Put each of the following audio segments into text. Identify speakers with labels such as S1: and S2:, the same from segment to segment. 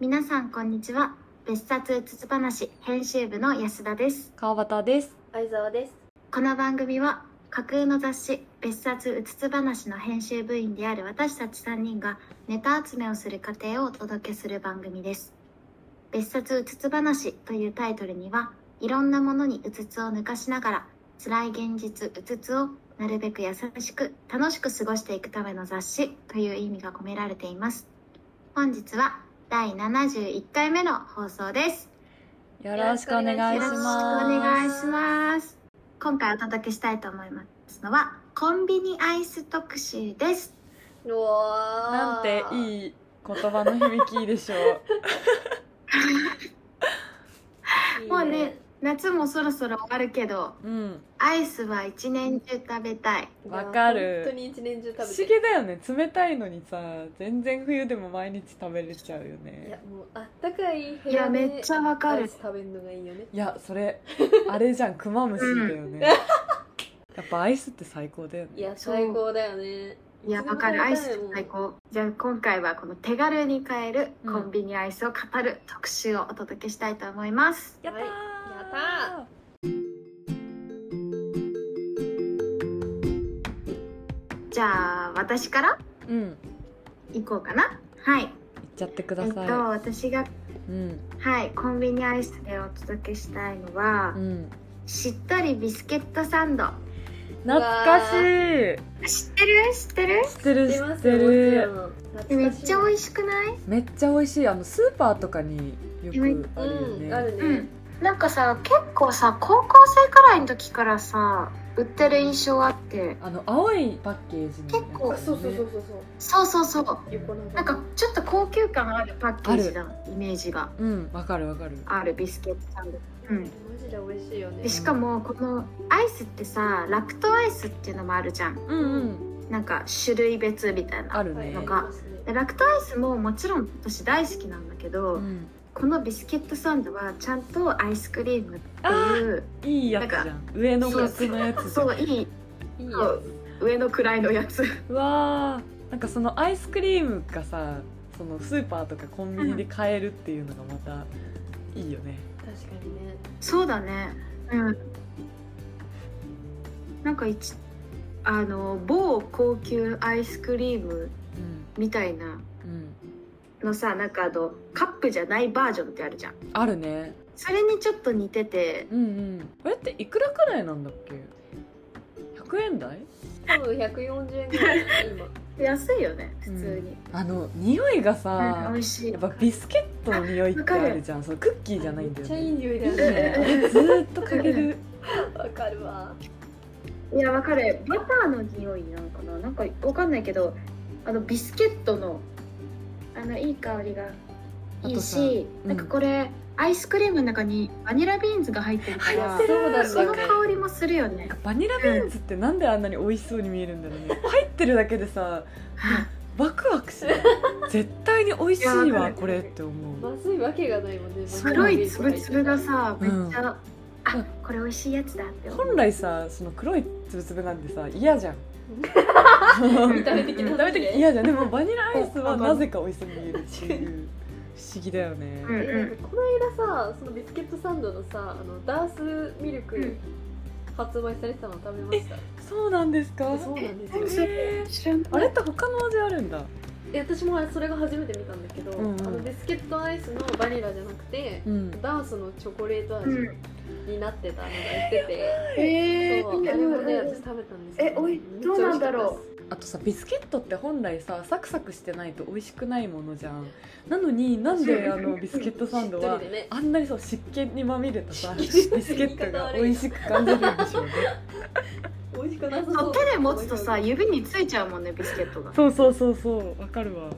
S1: 皆さんこんにちは別冊うつつ話編集部の安田です
S2: 川端です
S3: 相沢です
S1: この番組は架空の雑誌「別冊うつつ話」の編集部員である私たち3人がネタ集めをする過程をお届けする番組です「別冊うつつ話」というタイトルにはいろんなものにうつつを抜かしながら辛い現実うつつをなるべく優しく楽しく過ごしていくための雑誌という意味が込められています本日は第71回目の放送です
S2: よろしくお願い
S1: よ
S2: し
S1: ろしくお
S2: ます
S1: 願いします。今回お届けしたいと思いますのは、コンビニアイス特集です。
S3: う
S2: な
S3: わ
S2: んて
S3: い
S2: いい言葉の響きでしょう
S3: い
S1: もうね、夏もそろそろ終わるけど、
S2: うん
S1: アイスは一年中食べたい。
S3: いや
S2: わかる
S3: 本当に一年中
S2: 不
S3: 食
S2: 思
S3: べ
S2: 議
S3: てる
S2: だよね冷たいのにさ全然冬でも毎日食べれちゃうよ
S3: いや
S2: ね
S3: もうあったかい部
S1: いや、
S3: 屋で
S1: めっちゃわか
S3: アイ
S1: る
S3: ス。食べるのがいいよね
S2: いやそ れあれじゃんクマムシだよね、
S3: ん
S2: やっぱアイスって最高だよ
S3: い
S2: ね
S3: や最高だよね
S1: いや、わかる。アイス最高。じゃあ今回はこの手軽に買える
S2: うん
S1: コンビニアイスを語る特集をお届けしたいと思います。
S2: やったー、
S3: はいや
S1: じゃあ、私から
S2: ったーうん
S1: 行こうかな。はい。
S2: 行っちゃってく
S1: え
S2: だ
S1: っ
S2: さい、
S1: と、私が、
S2: うん
S1: はい、コンビニアイスでお届けしたいのは、
S2: うん
S1: しっとりビスケットサンド
S2: 懐かしい
S1: 知ってる知ってる
S2: 知ってる
S3: 出
S2: 知
S3: ま
S2: っ
S3: す
S2: て
S3: よもちろ
S2: る
S3: ん
S1: めっちゃ
S3: い
S1: 美味しくない
S2: めっちゃ美味しいあのスーパーとかによくあるよね、
S3: うんあるね、
S1: うんなんかさ結構さ高校生くらいの時からさ売ってる印象あって
S2: あの青いパッケージのやつだよね
S1: 結構
S3: あそうそうそうそうそう
S1: そうそうそう
S3: 横長の
S1: なんかちょっと高級感あるパッケージだイメージが
S2: うんわかるわかる
S1: あるビスケットサンドうん
S3: マジで美味しいよね
S1: でしかもこのアイスってさラクトアイスっていうのもあるじゃん
S2: うんうん
S1: なんか種類別みたいな
S2: ある
S3: はい
S2: ね、
S1: なんか
S3: ありますね
S1: でラクトアイスももちろん私大好きなんだけど、
S2: うん、
S1: このビスケットサンドはちゃんとアイスクリームっていう
S2: いいやつじゃん上の格のやつじゃん
S1: そういい
S3: いいや
S1: そう上の位のやつ
S2: うわーなんかそのアイスクリームがさそのスーパーとかコンビニで買えるっていうのがまたいいよね、
S3: 確かにね
S1: そうだねうんなんか一あの某高級アイスクリーム
S2: う
S1: みたいなん
S2: うん
S1: のさなんかあのカップじゃないバージョンってあるじゃん
S2: あるね
S1: それにちょっと似てて
S2: うんうんこれっていくらくらいなんだっけ100円台
S3: 多分140円ぐらい今
S1: 安いよね普通に、
S2: あの匂いが
S1: うん
S2: さ
S1: 美味しい
S2: やっぱビスケットの匂いってあるじゃんそのクッキーじゃないんだよ
S3: めっちゃいい
S2: ね
S3: 匂いだ
S2: いいね
S3: よ
S2: あ
S3: ね
S2: れずーっとかける
S3: わかるわ
S1: いやわかるバターの匂いなのかななんかわかんないけどあのビスケットのあのいい香りがいい
S2: あと
S1: し、
S2: うん
S1: なんかこれアイスクリームの中にバニラビーンズが入ってるか
S2: 入
S1: ら
S2: ってる
S3: そうなん
S1: そ
S3: だよ
S1: の
S3: ね
S1: 香りもするよね
S2: バニラビーンズってなんであんなに美味しそうに見えるんだろうね入ってるだけでさワクワクする絶対に美味し
S1: い
S2: い
S1: やわか
S2: わ
S1: る
S2: これって思う
S3: まずいわけがないもんね
S2: そう
S1: 黒いつぶつぶがさめっ
S2: う
S1: ちゃ、
S2: ん
S1: あこれ美味しいやつだって思う
S2: 本来さその黒いつぶつぶなんてさ嫌じゃん
S3: 見た目的な
S2: 見た目的に嫌じゃんでもバニラアイスはなぜか美味しそうに見えるっていう不思議だよね、
S1: うん
S3: えなんかこの間さそのビスケットサンドのさあのダースミル
S1: う
S3: ク
S1: ん
S3: 発売されてたの食べました、
S2: そうなんですか
S3: そうなんです
S1: え
S3: よ
S1: それ
S2: え
S1: 知らん
S2: ーあれって他の味あるんだ
S3: え私もあれそれが初めて見たんだけど、
S2: うんうん
S3: あのビスケットアイスのバニラじゃなくて、
S2: うん
S3: ダースのチョコレート味
S1: うん
S3: になってたのが売ってて、
S1: え
S3: そうあれもね私食べたんですよ
S1: えおい
S3: めっちゃ
S1: どうなんだ
S3: 美味しか
S1: ろ
S3: ったです
S2: あとさビスケットって本来さサクサクしてないと美味しくないものじゃんなのになんであ のビスケットサンドは
S3: しっとりでね
S2: あんなにそう湿気にまみれた さビ
S3: 湿気
S2: スケットが美味しく感じるんで しょうね
S3: 美味しくなさ
S1: そ
S3: そうう
S1: 手で持つとさ指についちゃうもんねビスケットが、
S2: そうそうそうそうわかるわ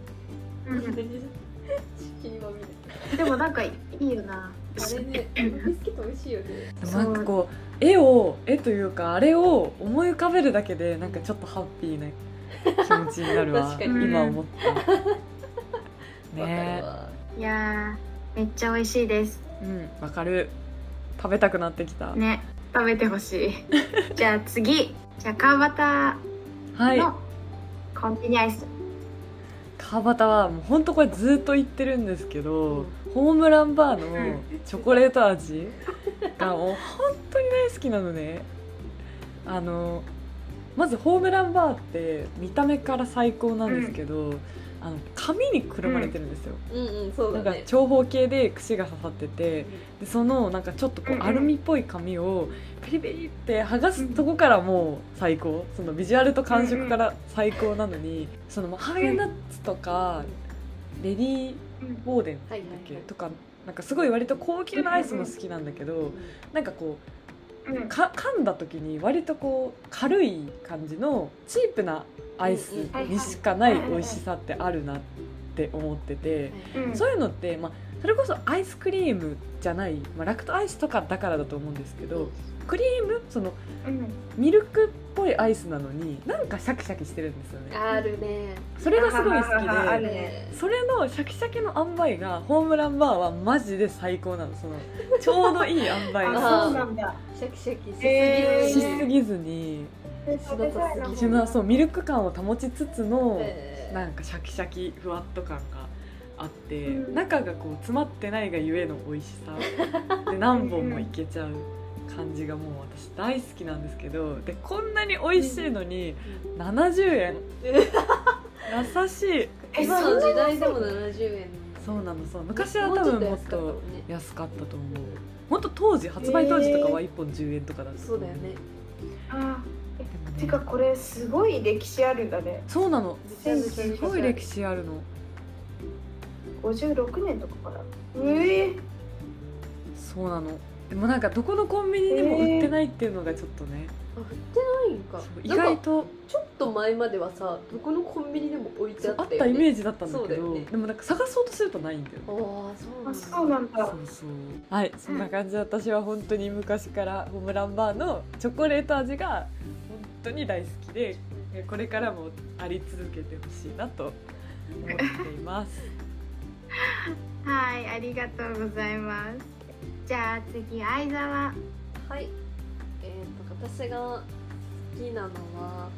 S3: 完全 に湿気にまみれ
S1: でもなんかいいよな
S3: あれね、あのビスケット美味しいよね。
S2: でもなんかこう絵を絵というかあれを思い浮かべるだけでなんかちょっとハッピーな気持ちになるわ
S3: 確か
S1: に
S2: 今思 った
S3: わか
S2: ね
S3: るわ。
S1: いやーめっちゃ美味しいです
S2: うんわかる食べたくなってきた、
S1: ね食べてほ しいじゃあ次じゃあ川端
S2: はい
S1: のコンビニアイス、
S2: 川端はもう本当これずっと言ってるんですけど、
S3: う
S2: ホームランバーの
S3: うん
S2: チョコレート味がもう本当に大好きなのねあのまずホームランバーって見た目から最高なんですけど、あの紙にくるまれてるんですよ、
S3: うんうんそう
S2: なん
S3: だ
S2: か
S3: ね
S2: 長方形で櫛が刺さっててでそのなんかちょっとこ
S1: うんう
S2: うんアルミっぽい紙をペリペリって剥がすとこからもう最高そのビジュアルと感触から最高なのにそのまあハーゲンダッツとかレディー・
S1: うん
S2: ボーデン
S3: はい
S2: だっけとかなんかすごい割と高級なアイスも好きなんだけどなんかこう
S1: うん
S2: か噛んだ時に割とこう軽い感じのチープなアイスにしかない美味しさってあるなって思ってて。
S1: うん
S2: そういうのって、まあ、それこそアイスクリームじゃない、まあ、ラクトアイスとかだからだと思うんですけどクリームその
S1: うん
S2: ミルクっぽいアイスなのになんかシャキシャキしてるんですよね
S3: あるね
S2: それがすごい好き
S1: あ
S2: で
S1: るねそ
S2: それのシャキシャキの塩梅がホームランバーはマジで最高なのそのちょうどいい塩梅
S3: あ
S1: あそうな
S2: が
S1: んだ
S3: シャキシャキしすぎ
S1: えー
S2: し
S3: るよ
S2: す
S3: ね
S2: ぎずに
S3: 仕事する
S2: そのそうミルク感を保ちつつの
S3: えー
S2: なんかシャキシャキふわっと感があって、
S1: うん
S2: 中がこう詰まってないがゆえの美味しさで何本もいけちゃう感じがもう私大好きなんですけどでこんなに美味しいのに70円優しい
S1: え
S3: 今の時代でも70円
S2: そうなのそう昔は多分もっ
S3: もうちょっと安かった
S2: と
S3: も
S2: 安かっ
S3: んね
S2: たと思うもっと当時発売当時とかは1本10円とかだったと
S3: そ
S2: 思
S3: うだよね
S1: あ
S2: でも
S1: ー
S2: ね
S1: てかこれすごい歴史あるんだね
S2: そうなの
S3: めちゃめちゃ
S2: すごい歴史あるの
S1: 56年とかからうえ
S2: そうなのでもなんかどこのコンビニにも売ってないっていうのがちょっとね、
S3: あ売ってないんか
S2: そう意
S3: 意外
S2: 外
S3: か
S2: と
S3: ちょっと前まではさどこのコンビニでも置いて
S2: そ
S3: あ
S2: うあ
S3: っ
S2: った
S3: よ、ね、
S2: たイメージだったんだ
S3: そう
S2: け
S3: だよ
S2: ど
S3: ね
S2: でもなんか探そうとするとないんだよね
S3: あ
S1: あ
S3: あ
S1: そ
S3: そうう
S1: な
S3: なんん
S2: そ
S1: だ
S2: うそうはいそんな感じで私は本当に昔からホームランバーのチョコレート味が本当に大好きでこれからもあり続けてほしいなと思っています
S1: はいありがとうございますじゃあ次相沢
S3: だはいえー、と私が好きなのは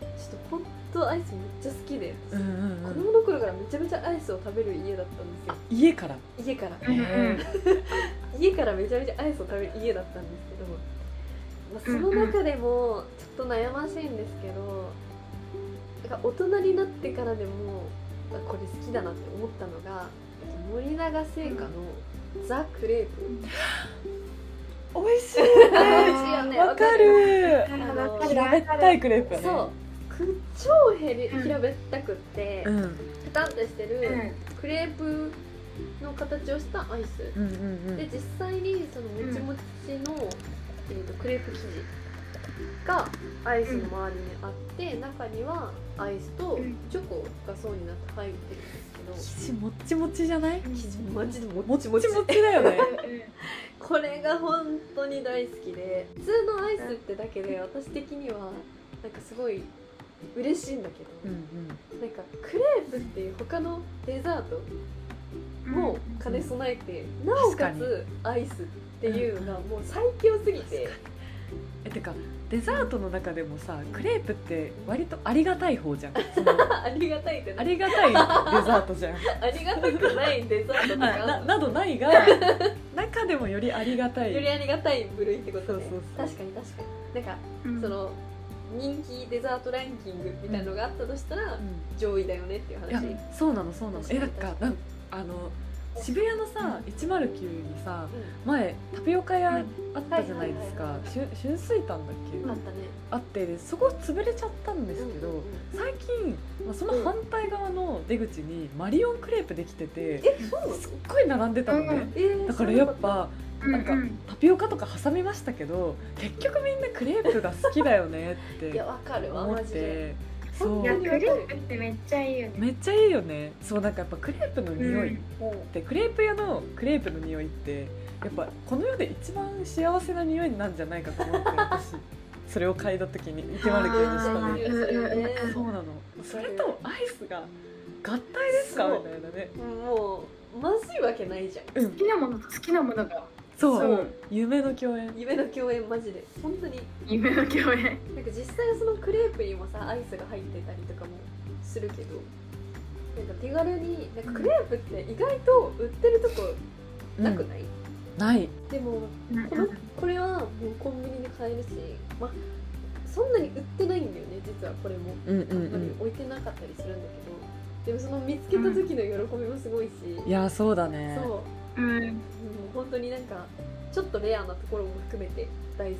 S3: ちょっと本当アイスめっちゃ好きで、
S2: うんうんう
S3: 子
S2: ん
S3: 供の頃からめちゃめちゃアイスを食べる家だったんですよ
S2: 家から
S3: 家から
S1: うんうん
S3: 家からめちゃめちゃアイスを食べる家だったんですけど、まあ、その中でもちょっと悩ましいんですけどなんか大人になってからでもあこれ好きだなって思ったのが森永製菓のザ・クレープ
S1: ー
S2: 美味しい
S3: あの美味しいよね
S2: わかる
S3: の
S2: 平べったいクレープ
S3: わかる
S2: ね
S3: そうく超へり
S1: うん
S3: 平べったくって
S2: うん
S3: ペタンとして
S1: う
S3: る
S1: ん
S3: クレープの形をしたアイス
S2: うんうんうん
S3: で実際にそのもちもちの、えー、とクレープ生地がアイスの周りにあって、中にはアイスと
S1: うん
S3: チョコが層になって入ってるんです
S2: 生地もっちもちじゃない
S1: うん
S3: けど、マジでも
S2: も
S3: っ
S2: ち
S3: ち
S2: も
S3: も
S2: ち
S3: ち
S2: だよ ね
S3: これが本当に大好きで普通のアイスってだけで私的にはなんかすごい嬉しいんだけど、
S2: うん
S3: なんかクレープっていう他のデザートも兼ね備えて、なおかつアイスっていうのがもう最強すぎて。
S2: えてかデザートの中でもさクレープって割とありがたい 方じゃんその
S3: ありがたいって
S2: あ
S3: な
S2: りがたいデザートじゃん
S3: ありがたくないデザートと
S2: なな
S3: か
S2: などないが中でもよりありがたい
S3: よりありがたい部類ってことね
S2: そうそうそう
S3: 確かに確かになんか、
S1: うん
S3: その人気デザートランキングみたいなのがあったとしたら、
S2: う
S3: 上位だよねっていうん
S2: いや
S3: 話
S2: そうなのそうなのえなん
S3: 確か
S2: か
S3: に
S2: なんあの渋谷のさ109にさ
S3: うん
S2: 前タピオカ屋あったじゃないです
S3: はいは
S2: か
S3: いはいはい
S2: しゅ春水館だっけ、
S3: あったね
S2: あってでそこ潰れちゃったんですけど、
S3: うんうんうん
S2: 最近、まあ、その反対側の出口にマリオンクレープできてて
S3: えそうなの
S2: すっごい並んでたのね、
S1: うん
S3: えー
S2: だからやっぱなんか
S1: うんうん
S2: タピオカとか挟みましたけど結局みんなクレープが好きだよねっ
S3: い
S2: て
S3: やわかるわ
S2: 思っ
S3: マジで
S2: て
S3: 本
S2: そ
S1: いや
S2: う
S1: クレープってめっちゃいいよね
S2: めっちゃいいよねそうなんかやっぱクレープの匂いっ
S3: もう
S2: てクレープ屋のクレープの匂いってやっぱこの世で一番幸せな匂いなんじゃないかと思って 私それを嗅いだ時に池丸くんの
S1: あ
S2: 下
S1: ー
S2: で
S3: ー
S2: そうなのそれとアイスが合体ですか
S3: そ
S2: み
S3: う
S2: たいなね
S3: もうまずいわけないじゃん
S2: うん
S1: 好きなものと好きなものが
S2: そう
S1: そう
S2: 夢の共演
S3: 夢の共演マジで本当に
S1: 夢の共演
S3: なんか実際そのクレープにもさアイスが入ってたりとかもするけどなんか手軽になんかクレープって意外と売ってるとこなくない、
S2: ない
S3: でも
S1: な
S3: このこれはもうコンビニで買えるし、まあ、そんなに売ってないんだよね実はこれも
S2: うんう
S3: あんまり
S2: ん
S3: 置いてなかったりするんだけどでもその見つけた時の喜びもすごいし、
S2: うんいやそうだね
S3: そうもう
S1: うん
S3: 本当になんかちょっとレアなところも含めて大好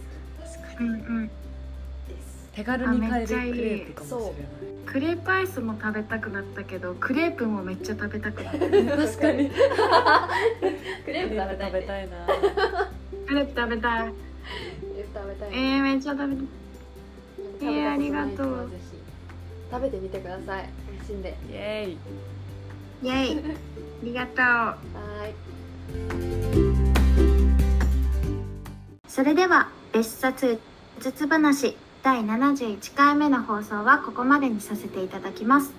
S2: 確
S1: う
S2: か
S1: ん
S2: に
S1: うん
S3: です
S2: 手軽に買え
S1: あめ
S2: るク
S1: っちゃいい
S2: レープかもし
S1: クレープアイスも食べたくなったけどクレープもめっちゃ食べたくなった
S2: れない確かに
S3: クレープ食べたい、
S2: クレープ食べ
S3: ね、
S2: たいな
S1: クレープ食べたい
S3: クレープ食べたい
S1: え
S3: ね、
S1: ー、めっちゃ食べたい
S3: 食べたことない人はぜひ食べてみてください美味しいんで
S2: イエーイ
S1: イエイありがとう
S3: はーい
S1: それでは別冊うつつ話第71回目の放送はここまでにさせていただきます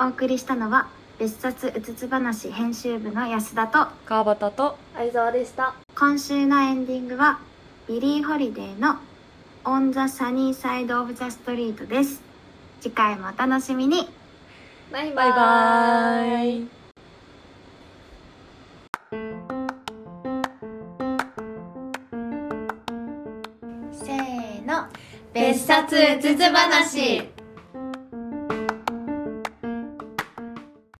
S1: お送りしたのは別冊うつつ話編集部の安田と
S2: 川端と
S3: 相沢でした
S1: 今週のエンディングはビリー・ホリデーの「オン・ザ・サニー・サイド・オブ・ザ・ストリート」です次回もお楽しみに
S3: バイバ
S2: バイバ
S3: ーイ
S2: ーイ
S1: せーの
S3: 別冊うつつ話